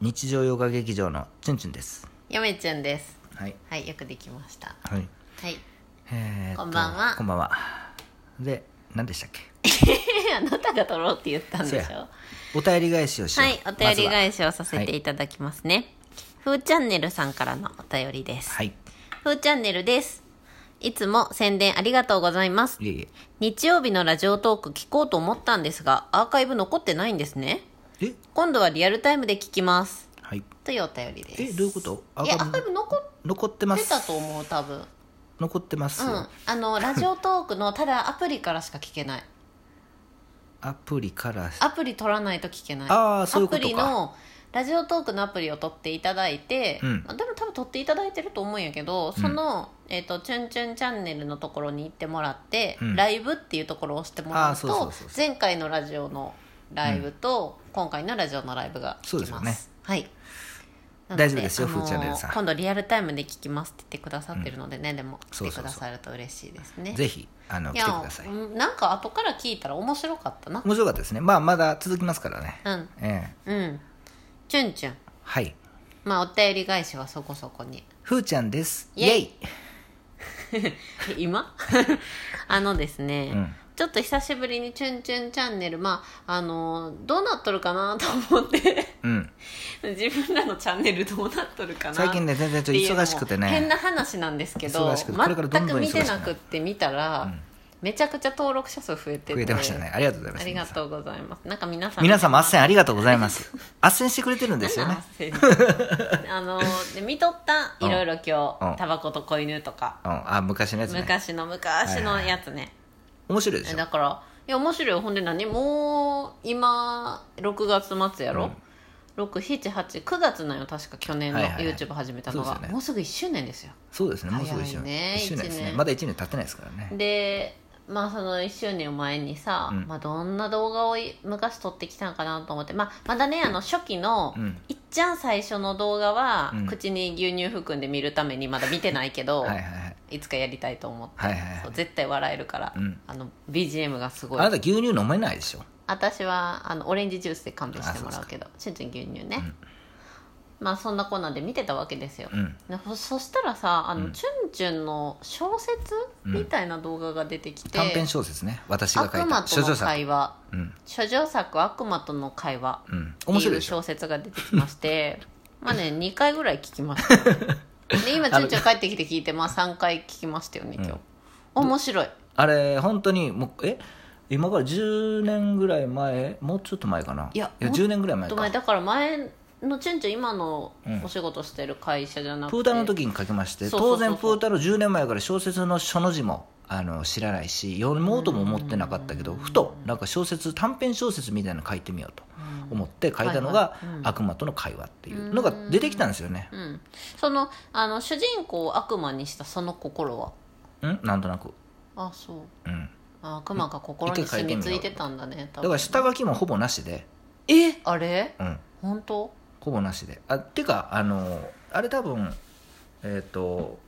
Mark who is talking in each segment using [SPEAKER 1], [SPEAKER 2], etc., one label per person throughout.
[SPEAKER 1] 日常ヨガ劇場のチュンチュンです
[SPEAKER 2] やめちゃんです
[SPEAKER 1] はい
[SPEAKER 2] はいよくできました
[SPEAKER 1] はい
[SPEAKER 2] はい
[SPEAKER 1] えーっと
[SPEAKER 2] こんばんは
[SPEAKER 1] こんばんはで何でしたっけ
[SPEAKER 2] え あなたが撮ろうって言ったんでし
[SPEAKER 1] そ
[SPEAKER 2] ょ
[SPEAKER 1] やお便り返しをしよう
[SPEAKER 2] はいお便り返
[SPEAKER 1] し
[SPEAKER 2] しをさせていただきますね、ふーチャンネルさんからのお便りです、
[SPEAKER 1] はい
[SPEAKER 2] ふーチャンネルですいつも宣伝ありがとうございます
[SPEAKER 1] いえいえ
[SPEAKER 2] 日曜日のラジオトーク聞こうと思ったんですがアーカイブ残ってないんですね
[SPEAKER 1] え
[SPEAKER 2] 今度はリアルタイムで聞きます
[SPEAKER 1] はい
[SPEAKER 2] というお便りです
[SPEAKER 1] えどういうことア
[SPEAKER 2] いや
[SPEAKER 1] ー
[SPEAKER 2] ア
[SPEAKER 1] カイブ
[SPEAKER 2] ーカイブ残っ
[SPEAKER 1] 残ってま
[SPEAKER 2] てた
[SPEAKER 1] す
[SPEAKER 2] と思う多分
[SPEAKER 1] 残ってます
[SPEAKER 2] う
[SPEAKER 1] よ、
[SPEAKER 2] んあのラジオトークのただアプリからしか聞けない
[SPEAKER 1] アプリから
[SPEAKER 2] アプリ取らないと聞けない
[SPEAKER 1] あーそういうこと
[SPEAKER 2] ア
[SPEAKER 1] か
[SPEAKER 2] プリのラジオトークのアプリを取っていただいて、
[SPEAKER 1] うん
[SPEAKER 2] まあでも多分取っていただいてると思うんやけどその、えっと「チュンチュンチャンネル」のところに行ってもらって、
[SPEAKER 1] うん
[SPEAKER 2] ライブっていうところを押してもらうと
[SPEAKER 1] あーそうそうそうそ
[SPEAKER 2] 前回のラジオのライブと、今回のラジオのライブが
[SPEAKER 1] そう
[SPEAKER 2] 聞
[SPEAKER 1] で
[SPEAKER 2] き
[SPEAKER 1] すよ
[SPEAKER 2] ます
[SPEAKER 1] ね
[SPEAKER 2] はいなの
[SPEAKER 1] 大丈夫ですよふーチャンネルさん
[SPEAKER 2] 今度リアルタイムで聞きますって言ってくださってるのでね、でも来
[SPEAKER 1] そう
[SPEAKER 2] て
[SPEAKER 1] そ
[SPEAKER 2] く
[SPEAKER 1] うそう
[SPEAKER 2] ださると嬉しいですね
[SPEAKER 1] ぜひあの来てください
[SPEAKER 2] やうんなんか後から聞いたら面白かったな
[SPEAKER 1] 面白かったですねまあまだ続きますからね、
[SPEAKER 2] うん
[SPEAKER 1] ええ
[SPEAKER 2] うん。チュンチュン。
[SPEAKER 1] はい
[SPEAKER 2] まあ、お便り返しはそこそこ に。
[SPEAKER 1] ふーちゃんです
[SPEAKER 2] イエイえ今 あのですね、
[SPEAKER 1] うん
[SPEAKER 2] ちょっと久しぶりにチュンチュンチャンネル、まあ、あのーどうなっとるかなと思って、
[SPEAKER 1] うん
[SPEAKER 2] 自分らのチャンネルどうなっとるかな
[SPEAKER 1] 最近ね全然ちょっと忙しくてね
[SPEAKER 2] っていうのも変な話なんですけど、
[SPEAKER 1] 忙しくてこれからどん
[SPEAKER 2] 全
[SPEAKER 1] ど
[SPEAKER 2] く
[SPEAKER 1] ん忙し
[SPEAKER 2] 見
[SPEAKER 1] くな
[SPEAKER 2] て
[SPEAKER 1] る
[SPEAKER 2] なくって見たら、めちゃくちゃ登録者数増えてて
[SPEAKER 1] 増えてましたねありがとうございます
[SPEAKER 2] ありがとうございます。なんか皆さん。
[SPEAKER 1] 皆様斡旋ありがとうござい ます斡旋してくれてるんですよね
[SPEAKER 2] あので見とったいろいろ今
[SPEAKER 1] う
[SPEAKER 2] 日
[SPEAKER 1] ん
[SPEAKER 2] タバコと子犬とか
[SPEAKER 1] うんあ昔のやつね
[SPEAKER 2] 昔の昔のやつね
[SPEAKER 1] 面白いでしょ
[SPEAKER 2] だからいや面白いよほんで何もう今6月末やろ、6789月なんよ確か去年の
[SPEAKER 1] はいはいはい
[SPEAKER 2] YouTube 始めたの
[SPEAKER 1] そ
[SPEAKER 2] が、
[SPEAKER 1] うですよね
[SPEAKER 2] もうすぐ1周年ですよ
[SPEAKER 1] そうですねもうすぐ一周
[SPEAKER 2] 早いね
[SPEAKER 1] 年一周年です
[SPEAKER 2] 一
[SPEAKER 1] ね
[SPEAKER 2] 年
[SPEAKER 1] まだ1年経ってないですからね
[SPEAKER 2] でまあその1周年を前にさ、
[SPEAKER 1] うん
[SPEAKER 2] まあ、どんな動画をい昔撮ってきたんかなと思って、まあ、まだねあの初期の、
[SPEAKER 1] うん
[SPEAKER 2] いっちゃん最初の動画は、
[SPEAKER 1] うん
[SPEAKER 2] 口に牛乳含んで見るためにまだ見てないけど、
[SPEAKER 1] はいはい
[SPEAKER 2] い、
[SPEAKER 1] はい
[SPEAKER 2] つかやりたいと思って、
[SPEAKER 1] はいはいは
[SPEAKER 2] そう
[SPEAKER 1] い
[SPEAKER 2] 絶対笑えるから、
[SPEAKER 1] うん
[SPEAKER 2] あの BGM がすご
[SPEAKER 1] あ
[SPEAKER 2] い
[SPEAKER 1] なた牛乳飲めないでしょ
[SPEAKER 2] 私はあのオレンジジュースで勘弁してもらうけどちゅんちゅん牛乳ね、まあそんなこんなんで見てたわけですよ、
[SPEAKER 1] うん
[SPEAKER 2] でそそしたらさあの、
[SPEAKER 1] うん
[SPEAKER 2] チュンチュンの小説
[SPEAKER 1] うん
[SPEAKER 2] みたいな動画が出てきて、
[SPEAKER 1] 短編小説ね私が書い
[SPEAKER 2] 悪魔
[SPEAKER 1] た
[SPEAKER 2] と
[SPEAKER 1] 諸
[SPEAKER 2] の
[SPEAKER 1] 女作
[SPEAKER 2] 会話
[SPEAKER 1] うん
[SPEAKER 2] 諸女作悪魔との会話っ
[SPEAKER 1] うん
[SPEAKER 2] て
[SPEAKER 1] 面白い
[SPEAKER 2] い
[SPEAKER 1] で
[SPEAKER 2] う
[SPEAKER 1] しょ
[SPEAKER 2] 小説が出てきまして まあね2回ぐらい聞きました、で今ちゅんちゅん帰ってきて聞いてまあ3回聞きましたよね今日、面白い
[SPEAKER 1] あれ本当にもうえ今から10年ぐらい前もうちょっと前かない
[SPEAKER 2] や
[SPEAKER 1] 10年ぐらい前
[SPEAKER 2] と前
[SPEAKER 1] か
[SPEAKER 2] だから前のチュンチュン今の
[SPEAKER 1] うん
[SPEAKER 2] お仕事してる会社じゃなくて、
[SPEAKER 1] プータロの時に書きまして
[SPEAKER 2] そうそ
[SPEAKER 1] 当
[SPEAKER 2] うそうそう
[SPEAKER 1] 然プータロ10年前から小説の書の字もあの知らないし読もうとも思ってなかったけどふとなんか小説短編小説みたいなの書いてみようと思って書いたのが
[SPEAKER 2] はいは
[SPEAKER 1] 「
[SPEAKER 2] いうん
[SPEAKER 1] 悪魔との会話」っていうのが出てきたんですよね
[SPEAKER 2] うん、そのあの主人公を悪魔にしたその心は
[SPEAKER 1] うんなんとなく
[SPEAKER 2] あそう
[SPEAKER 1] うん
[SPEAKER 2] あ悪魔が心に住み着いてたんだねだ
[SPEAKER 1] だから下書きもほぼなしで
[SPEAKER 2] えあれ
[SPEAKER 1] うん
[SPEAKER 2] 本当
[SPEAKER 1] ほぼなしであてかあのあれ多分えっ、と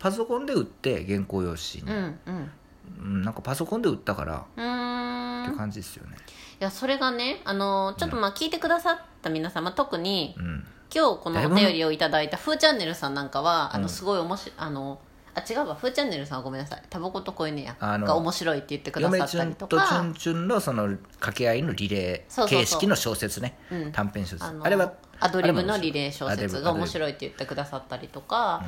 [SPEAKER 1] パソコンで売って原稿用紙
[SPEAKER 2] う
[SPEAKER 1] に、
[SPEAKER 2] んうん
[SPEAKER 1] うん、なんかパソコンで売ったから
[SPEAKER 2] うーん
[SPEAKER 1] って感じですよね
[SPEAKER 2] いやそれがねあのちょっとまあ聞いてくださった皆様特に
[SPEAKER 1] うん
[SPEAKER 2] 今日このお便りをいただいたふーチャンネルさんなんかはあ
[SPEAKER 1] う
[SPEAKER 2] の
[SPEAKER 1] ん
[SPEAKER 2] すごい面白いあのあ違うわふーチャンネルさんはごめんなさいタバコと子犬や
[SPEAKER 1] あの
[SPEAKER 2] が面白いって言ってくださ
[SPEAKER 1] 嫁
[SPEAKER 2] っ
[SPEAKER 1] ちゅ
[SPEAKER 2] たり
[SPEAKER 1] ん
[SPEAKER 2] と
[SPEAKER 1] と
[SPEAKER 2] か
[SPEAKER 1] チュンチュンのその掛け合いのリレ
[SPEAKER 2] そうそ
[SPEAKER 1] ー
[SPEAKER 2] うそう
[SPEAKER 1] 形式の小説ね
[SPEAKER 2] うん
[SPEAKER 1] 短編小説
[SPEAKER 2] あ
[SPEAKER 1] あ
[SPEAKER 2] の
[SPEAKER 1] れは
[SPEAKER 2] アドリブ
[SPEAKER 1] あれも面白
[SPEAKER 2] の
[SPEAKER 1] い
[SPEAKER 2] リレー小
[SPEAKER 1] アドリ
[SPEAKER 2] 説
[SPEAKER 1] ブ
[SPEAKER 2] が面白いって言ってくださったりとか、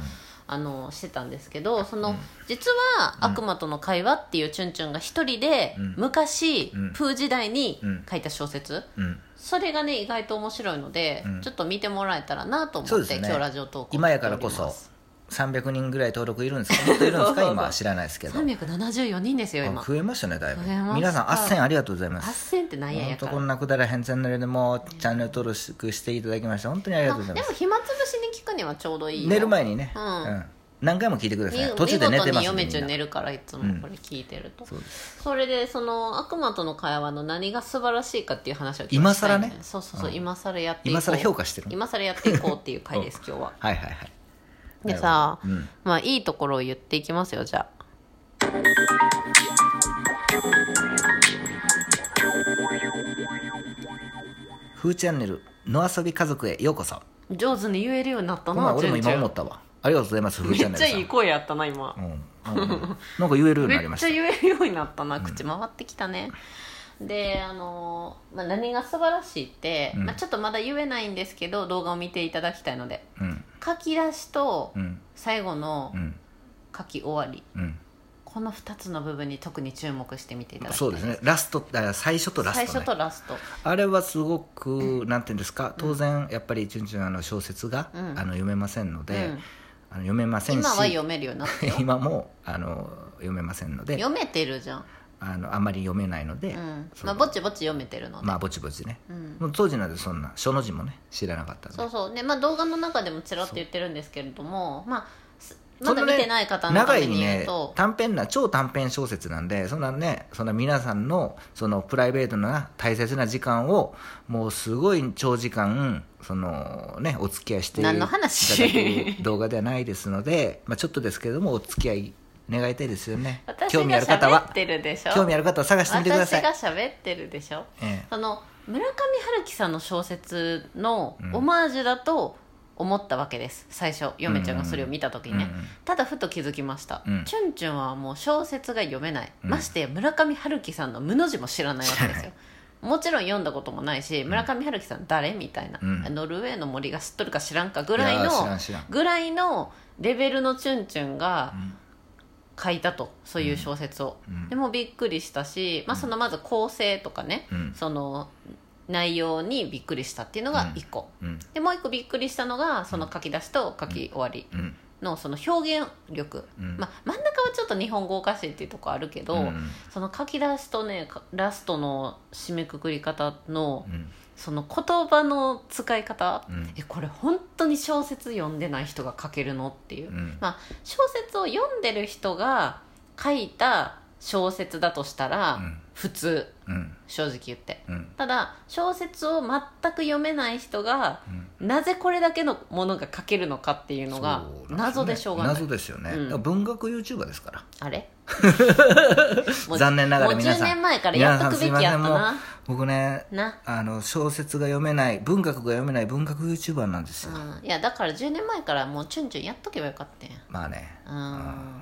[SPEAKER 2] あのしてたんですけどその、実は「悪魔との会話」っていうチュンチュンが一人で、
[SPEAKER 1] うん
[SPEAKER 2] 昔、
[SPEAKER 1] うん
[SPEAKER 2] プー時代に
[SPEAKER 1] うん
[SPEAKER 2] 書いた小説、
[SPEAKER 1] うん、
[SPEAKER 2] それがね意外と面白いので、
[SPEAKER 1] うん
[SPEAKER 2] ちょっと見てもらえたらなと
[SPEAKER 1] そう
[SPEAKER 2] 思っ
[SPEAKER 1] です
[SPEAKER 2] て、
[SPEAKER 1] ね
[SPEAKER 2] 今日ラジオ投稿
[SPEAKER 1] 今やからこそ300人ぐらい登録いるん ですかもっといるんですか今は知らないですけど
[SPEAKER 2] 374人ですよ
[SPEAKER 1] あ
[SPEAKER 2] 今
[SPEAKER 1] 増えましたねだいぶ
[SPEAKER 2] 増えました
[SPEAKER 1] 皆さんあっせんありがとうございます
[SPEAKER 2] 8000ってなんや
[SPEAKER 1] 本
[SPEAKER 2] や
[SPEAKER 1] 当
[SPEAKER 2] か
[SPEAKER 1] こ
[SPEAKER 2] ら
[SPEAKER 1] んなくだらへんチャンネルでもチャンネル登録していただきまして本当にありがとうござい
[SPEAKER 2] で
[SPEAKER 1] ま
[SPEAKER 2] も
[SPEAKER 1] す
[SPEAKER 2] 暇つぶしに聞くにはちょうどいいよ
[SPEAKER 1] 寝る前にね、
[SPEAKER 2] う
[SPEAKER 1] うんん何回も聞いてください
[SPEAKER 2] 見
[SPEAKER 1] 途中で寝て
[SPEAKER 2] 見事
[SPEAKER 1] ますん
[SPEAKER 2] に嫁
[SPEAKER 1] で
[SPEAKER 2] ち
[SPEAKER 1] みん
[SPEAKER 2] ゃん
[SPEAKER 1] な
[SPEAKER 2] 寝るからいつもこれ聞いてると、
[SPEAKER 1] そうで
[SPEAKER 2] それでその悪魔との会話の何が素晴らしいかっていう話を日
[SPEAKER 1] 今更ね
[SPEAKER 2] したいのそうそうそう、今更やっていこ
[SPEAKER 1] 今
[SPEAKER 2] う
[SPEAKER 1] 更評価してる
[SPEAKER 2] 今更やっていこうっていう回です今日は
[SPEAKER 1] はいはいはい
[SPEAKER 2] でさ、
[SPEAKER 1] うん
[SPEAKER 2] まあいいところを言っていきますよじゃあ
[SPEAKER 1] 「フーチャンネル野遊び家族へようこそ
[SPEAKER 2] 上手に言えるようになった
[SPEAKER 1] この前
[SPEAKER 2] な
[SPEAKER 1] 俺も
[SPEAKER 2] チ
[SPEAKER 1] 今
[SPEAKER 2] ュンチュン
[SPEAKER 1] 思ったわありがとうございますフー
[SPEAKER 2] め
[SPEAKER 1] チャン
[SPEAKER 2] っ
[SPEAKER 1] ネ
[SPEAKER 2] ちゃ
[SPEAKER 1] ルさん
[SPEAKER 2] いい声やったな今
[SPEAKER 1] うんうんうんなんか言えるように
[SPEAKER 2] め
[SPEAKER 1] なり
[SPEAKER 2] っ
[SPEAKER 1] まし
[SPEAKER 2] ち
[SPEAKER 1] た
[SPEAKER 2] ゃ言えるようになったな口回ってきたね、であの、まあ、何が素晴らしいって、
[SPEAKER 1] うん
[SPEAKER 2] まあ、ちょっとまだ言えないんですけど動画を見ていただきたいので
[SPEAKER 1] うん
[SPEAKER 2] 書き出しと
[SPEAKER 1] うん
[SPEAKER 2] 最後の
[SPEAKER 1] うん
[SPEAKER 2] 書き終わり
[SPEAKER 1] うん
[SPEAKER 2] この2つの部分に特に注目してみていただきたい
[SPEAKER 1] そうですねラストあ最初とラ
[SPEAKER 2] 最
[SPEAKER 1] スト、ね、
[SPEAKER 2] 初とラスト
[SPEAKER 1] あれはすごくなんていうんですか当然やっぱりチュンチュンあの小説が、
[SPEAKER 2] うん
[SPEAKER 1] あの読めませんので、
[SPEAKER 2] うん
[SPEAKER 1] あの読めませんし
[SPEAKER 2] 今は読めるように なってよ
[SPEAKER 1] 今もあの読めませんので
[SPEAKER 2] 読めてるじゃん、
[SPEAKER 1] あのあんまり読めないので、
[SPEAKER 2] うん
[SPEAKER 1] そう
[SPEAKER 2] まあ、ぼちぼち読めてるので、
[SPEAKER 1] まあぼちぼちね、
[SPEAKER 2] うん
[SPEAKER 1] もう当時なんてそんな書の字もね知らなかったんで
[SPEAKER 2] そうそうで、まあ、動画の中でもちらっと言ってるんですけれども、まあ、すまだ見てない方のた
[SPEAKER 1] 長
[SPEAKER 2] め
[SPEAKER 1] い
[SPEAKER 2] に言う
[SPEAKER 1] ね
[SPEAKER 2] と、
[SPEAKER 1] 短編な超短編小説なんでそんなねそんな皆さんのそのプライベートな大切な時間をもうすごい長時間そのねお付き合いしていた
[SPEAKER 2] 何
[SPEAKER 1] だ
[SPEAKER 2] の話
[SPEAKER 1] く動画ではないですので、まあ、ちょっとですけれどもお付き合い願いたいですよね
[SPEAKER 2] 私
[SPEAKER 1] 興味ある
[SPEAKER 2] が
[SPEAKER 1] 方
[SPEAKER 2] 喋っ
[SPEAKER 1] は
[SPEAKER 2] てるでしょ
[SPEAKER 1] 興味ある方は探してみてくだ
[SPEAKER 2] 私
[SPEAKER 1] さい
[SPEAKER 2] が喋ってるでしょ
[SPEAKER 1] ええ
[SPEAKER 2] その村上春樹さんの小説のオマージュだと思ったわけです、最初嫁ちゃんがそれを見た時にね、
[SPEAKER 1] うんうんうん
[SPEAKER 2] ただふと気づきました、
[SPEAKER 1] うん
[SPEAKER 2] チュンチュンはもう小説が読めない、
[SPEAKER 1] うん
[SPEAKER 2] ましてや村上春樹さんの無の字も知らないわ けですよもちろん読んだこともないし村上春樹さん誰みたいな、
[SPEAKER 1] うん
[SPEAKER 2] ノルウェーの森が知っとるか知らんかぐらいの
[SPEAKER 1] やー知らん知らん
[SPEAKER 2] ぐらいのレベルのチュンチュンが
[SPEAKER 1] ん
[SPEAKER 2] 書いたとそういう小説を、
[SPEAKER 1] うん
[SPEAKER 2] でもびっくりしたし、まあ、そのまず構成とかね、
[SPEAKER 1] うん
[SPEAKER 2] その内容にびっくりしたっていうのが1個、
[SPEAKER 1] うん
[SPEAKER 2] でもう1個びっくりしたのがその書き出しと書き終わり
[SPEAKER 1] うん
[SPEAKER 2] のその表現力、
[SPEAKER 1] うん
[SPEAKER 2] まあ、真ん中はちょっと日本語おかしいっていうとこあるけど、
[SPEAKER 1] うん
[SPEAKER 2] その書き出しとねかラストの締めくくり方の
[SPEAKER 1] うん
[SPEAKER 2] その言葉の使い方、
[SPEAKER 1] うん
[SPEAKER 2] えこれ本当に小説読んでない人が書けるのっていう、
[SPEAKER 1] うん
[SPEAKER 2] まあ、小説を読んでる人が書いた小説だとしたら
[SPEAKER 1] うん
[SPEAKER 2] 普通、
[SPEAKER 1] うん
[SPEAKER 2] 正直言って
[SPEAKER 1] うん
[SPEAKER 2] ただ小説を全く読めない人が
[SPEAKER 1] うん
[SPEAKER 2] なぜこれだけのものが書けるのかっていうのが
[SPEAKER 1] そうなんすよね
[SPEAKER 2] 謎でしょうがない、
[SPEAKER 1] 謎ですよね、
[SPEAKER 2] うん
[SPEAKER 1] 文学 YouTuber ですから
[SPEAKER 2] あ れ
[SPEAKER 1] 残念ながら皆さん
[SPEAKER 2] もう10年前からやっとくべきやった
[SPEAKER 1] 皆さんす
[SPEAKER 2] な
[SPEAKER 1] いませんもう僕ね
[SPEAKER 2] な、
[SPEAKER 1] あの小説が読めない文学が読めない文学 YouTuber なんですよ、
[SPEAKER 2] うん、いやだから10年前からもうチュンチュンやっとけばよかったんや
[SPEAKER 1] まあね
[SPEAKER 2] うん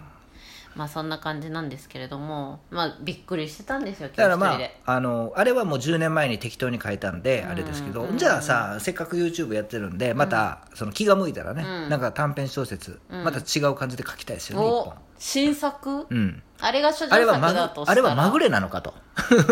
[SPEAKER 2] まあそんな感じなんですけれどもまあびっくりしてたんですよ
[SPEAKER 1] だ
[SPEAKER 2] 今
[SPEAKER 1] からま
[SPEAKER 2] 日一人で、
[SPEAKER 1] ああのあれはもう10年前に適当に書いたんであれですけど、
[SPEAKER 2] うん
[SPEAKER 1] じゃあさせっかく YouTube やってるんでまたその気が向いたらね、
[SPEAKER 2] うん
[SPEAKER 1] なんか短編小説、
[SPEAKER 2] うん
[SPEAKER 1] また違う感じで書きたいですよね一
[SPEAKER 2] お
[SPEAKER 1] 本
[SPEAKER 2] 新作
[SPEAKER 1] うん
[SPEAKER 2] あれが初
[SPEAKER 1] あれ
[SPEAKER 2] 女
[SPEAKER 1] は
[SPEAKER 2] 作
[SPEAKER 1] ま
[SPEAKER 2] だと
[SPEAKER 1] ぐ
[SPEAKER 2] した
[SPEAKER 1] あれ
[SPEAKER 2] ら
[SPEAKER 1] はまぐれなのかと、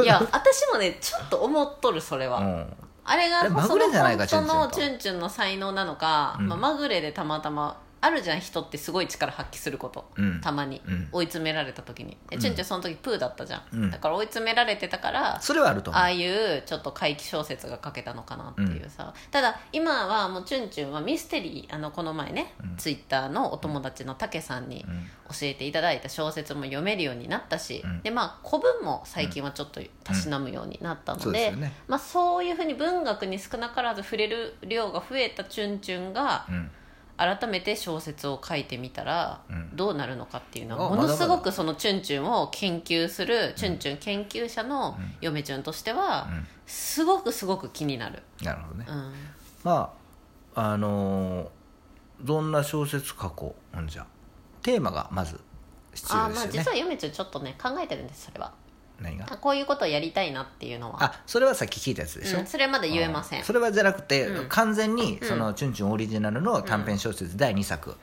[SPEAKER 2] いや私もねちょっと思っとるそれは、
[SPEAKER 1] うん
[SPEAKER 2] あれが
[SPEAKER 1] あれま
[SPEAKER 2] そ
[SPEAKER 1] ぐ
[SPEAKER 2] の
[SPEAKER 1] れじゃないか
[SPEAKER 2] 本当の
[SPEAKER 1] チ
[SPEAKER 2] チ
[SPEAKER 1] ュ
[SPEAKER 2] ュンチュンの才能なのか、
[SPEAKER 1] うん
[SPEAKER 2] まあ、まぐれでたまたまあるじゃん人ってすごい力発揮すること、
[SPEAKER 1] うん
[SPEAKER 2] たまに、
[SPEAKER 1] うん
[SPEAKER 2] 追い詰められた時にでチュンチュンその時プーだったじゃん、
[SPEAKER 1] うん
[SPEAKER 2] だから追い詰められてたから
[SPEAKER 1] それはあると思う
[SPEAKER 2] ああいうちょっと怪奇小説が書けたのかなっていうさ、ただ今はもうチュンチュンはミステリーあのこの前ね、ツイッターのお友達のたけさんに
[SPEAKER 1] うん
[SPEAKER 2] 教えていただいた小説も読めるようになったし、
[SPEAKER 1] うん
[SPEAKER 2] でまあ古文も最近はちょっとたしなむようになった
[SPEAKER 1] そ
[SPEAKER 2] の
[SPEAKER 1] うです
[SPEAKER 2] で,、
[SPEAKER 1] よね
[SPEAKER 2] まあ、そういうふうに文学に少なからず触れる量が増えたチュンチュンが
[SPEAKER 1] うん
[SPEAKER 2] 改めて小説を書いてみたら
[SPEAKER 1] うん
[SPEAKER 2] どうなるのかっていうのは
[SPEAKER 1] あ
[SPEAKER 2] ものす
[SPEAKER 1] ま
[SPEAKER 2] ご
[SPEAKER 1] だま
[SPEAKER 2] くそのチュンチュンを研究するチュンチュン研究者の嫁ちゃんとしては
[SPEAKER 1] うん
[SPEAKER 2] すごくすごく気になる、
[SPEAKER 1] なるほどね、
[SPEAKER 2] うん、
[SPEAKER 1] まああのーどんな小説書こうほんじゃテーマがまず必要
[SPEAKER 2] あ
[SPEAKER 1] で
[SPEAKER 2] まあ
[SPEAKER 1] すよ
[SPEAKER 2] 実
[SPEAKER 1] ね
[SPEAKER 2] は嫁ちゃんちょっとね考えてるんですそれは
[SPEAKER 1] 何が
[SPEAKER 2] あこういうことをやりたいなっていうのは
[SPEAKER 1] あそれはさっき聞いたやつでしょ、
[SPEAKER 2] うん、それまで言えません
[SPEAKER 1] あーそれはじゃなくて、
[SPEAKER 2] うん
[SPEAKER 1] 完全にその、チュンチュンオリジナルの短編小説第2作、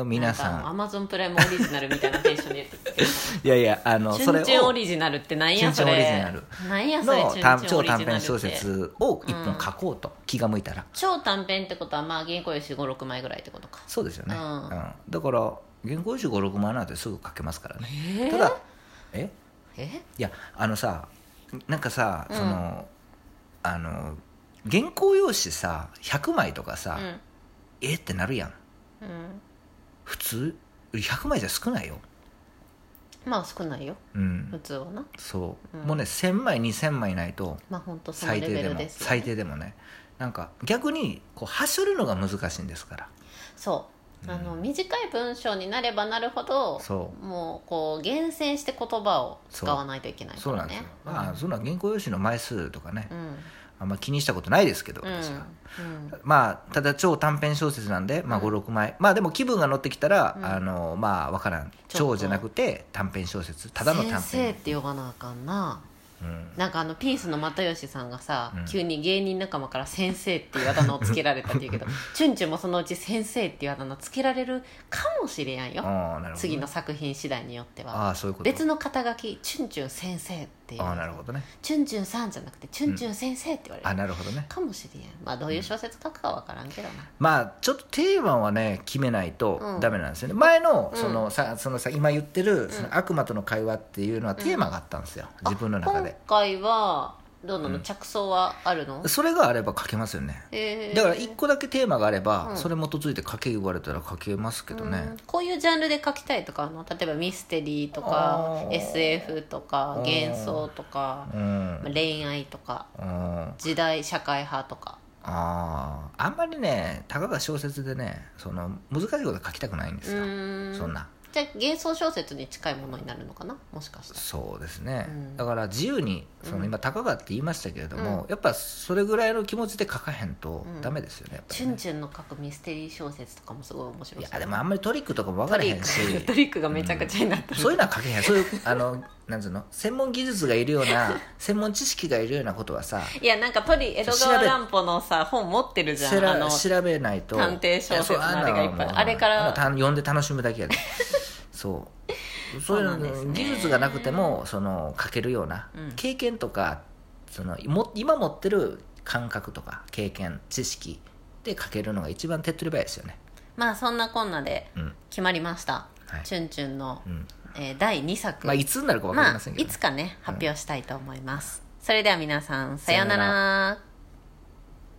[SPEAKER 1] うん皆
[SPEAKER 2] ア
[SPEAKER 1] さん
[SPEAKER 2] マゾンプライムオリジナルみたいなテンションで言ってたけど
[SPEAKER 1] いやいやあの
[SPEAKER 2] チ
[SPEAKER 1] そ
[SPEAKER 2] ュ
[SPEAKER 1] れ
[SPEAKER 2] ンチュンオ
[SPEAKER 1] を
[SPEAKER 2] リジナルってなんや
[SPEAKER 1] チュ
[SPEAKER 2] そ
[SPEAKER 1] ンチュンオリジ
[SPEAKER 2] れ
[SPEAKER 1] ナル
[SPEAKER 2] なんやそれ
[SPEAKER 1] の
[SPEAKER 2] チュン
[SPEAKER 1] 短
[SPEAKER 2] チュンオ
[SPEAKER 1] 超
[SPEAKER 2] リジ
[SPEAKER 1] 短
[SPEAKER 2] ナルって
[SPEAKER 1] 編小説を1本書こうと、気が向いたら
[SPEAKER 2] 超短編ってことはまあ原稿用紙56枚ぐらいってことか
[SPEAKER 1] そうですよね、
[SPEAKER 2] う
[SPEAKER 1] うんんだから原稿用紙56万なんてすぐ書けますからね、
[SPEAKER 2] え
[SPEAKER 1] ただえ
[SPEAKER 2] え
[SPEAKER 1] いやあのさなんかさ、
[SPEAKER 2] うん
[SPEAKER 1] そのあの原稿用紙さ100枚とかさ、えってなるやん
[SPEAKER 2] うん、うん、
[SPEAKER 1] 普通100枚じゃ少ないよ
[SPEAKER 2] まあ少ないよ
[SPEAKER 1] うん
[SPEAKER 2] 普通はな
[SPEAKER 1] そう、
[SPEAKER 2] うん
[SPEAKER 1] もうね1000枚2000枚ないと
[SPEAKER 2] まあ本当そのレ
[SPEAKER 1] 最低
[SPEAKER 2] ベ
[SPEAKER 1] で
[SPEAKER 2] ル
[SPEAKER 1] も
[SPEAKER 2] ですよね
[SPEAKER 1] 最低でもねなんか逆にこう走るのが難しいんですから
[SPEAKER 2] そうあの短い文章になればなるほど
[SPEAKER 1] そ
[SPEAKER 2] もうこう厳選して言葉を使わないといけないか
[SPEAKER 1] そうな
[SPEAKER 2] ら
[SPEAKER 1] んです
[SPEAKER 2] ね
[SPEAKER 1] よ、まあそんな原稿用紙の枚数とかね、
[SPEAKER 2] うん
[SPEAKER 1] あんま気にしたことないですけど、私は。
[SPEAKER 2] うん
[SPEAKER 1] まあ、ただ超短編小説なんで、まあ、
[SPEAKER 2] うん
[SPEAKER 1] 5、6枚、まあでも気分が乗ってきたら、
[SPEAKER 2] うん
[SPEAKER 1] あのまあ分からん
[SPEAKER 2] ちょっと
[SPEAKER 1] 超じゃなくて短編小説ただの短
[SPEAKER 2] 先生
[SPEAKER 1] 編、
[SPEAKER 2] って呼ばなあかんな
[SPEAKER 1] うん、
[SPEAKER 2] なんかあのピースの又吉さんがさ、
[SPEAKER 1] うん
[SPEAKER 2] 急に芸人仲間から「先生」っていうあだ名をつけられたって いうけどチュンチュンもそのうち「先生」っていうあだ名つけられるかもしれんよ、
[SPEAKER 1] ああなるほど、
[SPEAKER 2] 次の作品次第によっては
[SPEAKER 1] ああそういうこと
[SPEAKER 2] 別の肩書き「チュンチュン先生」っていう
[SPEAKER 1] ああなるほどね
[SPEAKER 2] チュンチュンさんじゃなくて「チュンチュン先生」って言われる、
[SPEAKER 1] あなるほどね
[SPEAKER 2] かもしれんまあどういう小説書くかわからんけどな
[SPEAKER 1] まあちょっとテーマはね決めないと
[SPEAKER 2] うん
[SPEAKER 1] ダメなんですよね、前の
[SPEAKER 2] うん
[SPEAKER 1] そのさそのさ今言ってるその悪魔との会話っていうのはテーマがあったんですよ、自分の中
[SPEAKER 2] あ
[SPEAKER 1] で
[SPEAKER 2] 今回はどうなの、着想はあるの
[SPEAKER 1] それがあれば書けますよね
[SPEAKER 2] えー
[SPEAKER 1] だから1個だけテーマがあれば、
[SPEAKER 2] うん
[SPEAKER 1] それ基づいて書け言われたら書けますけどね、
[SPEAKER 2] うんこういうジャンルで書きたいとかあの例えばミステリーとか
[SPEAKER 1] あー
[SPEAKER 2] SF とか
[SPEAKER 1] あー
[SPEAKER 2] 幻想とか
[SPEAKER 1] うん
[SPEAKER 2] まあ恋愛とか
[SPEAKER 1] うん
[SPEAKER 2] 時代社会派とか
[SPEAKER 1] あーあんまりねたかが小説でねその難しいこと書きたくないんで
[SPEAKER 2] う
[SPEAKER 1] すよ、
[SPEAKER 2] ーん
[SPEAKER 1] そんな
[SPEAKER 2] じゃあ幻想小説に近いものになるのかなもしかしたら
[SPEAKER 1] そうですね、
[SPEAKER 2] うん
[SPEAKER 1] だから自由にその今たかがって言いましたけれども、やっぱそれぐらいの気持ちで書かへんと
[SPEAKER 2] うん
[SPEAKER 1] ダメですよねやっぱ
[SPEAKER 2] チ
[SPEAKER 1] り
[SPEAKER 2] ュン
[SPEAKER 1] ね
[SPEAKER 2] チュンの書くミステリー小説とかもすごい面白
[SPEAKER 1] い
[SPEAKER 2] い
[SPEAKER 1] やでもあんまりトリックとかも分からへんし
[SPEAKER 2] トリックトリックがめちゃくちゃになった、
[SPEAKER 1] そういうのは書けへんそういうあのなんつうの専門技術がいるような 専門知識がいるようなことはさ
[SPEAKER 2] いやなんかトリ江戸川乱歩のさ本持ってるじゃ
[SPEAKER 1] せ
[SPEAKER 2] んあ
[SPEAKER 1] ら
[SPEAKER 2] の
[SPEAKER 1] 調べないと
[SPEAKER 2] 探偵小説のあれがいっぱい
[SPEAKER 1] そう
[SPEAKER 2] あれから
[SPEAKER 1] もうた読んで楽しむだ けやでそうそういう
[SPEAKER 2] そうなんです
[SPEAKER 1] の
[SPEAKER 2] ね
[SPEAKER 1] 技術がなくてもその書けるような、
[SPEAKER 2] うん
[SPEAKER 1] 経験とかそのも今持ってる感覚とか経験知識で書けるのが一番手っ取り早いですよね
[SPEAKER 2] まあそんなこんなで
[SPEAKER 1] うん
[SPEAKER 2] 決まりました、
[SPEAKER 1] はい
[SPEAKER 2] チュンチュンの、
[SPEAKER 1] うん
[SPEAKER 2] えー第2作、
[SPEAKER 1] まあいつになるか分かりませんけど、
[SPEAKER 2] いつかね発表したいと思います、それでは皆さんさようなら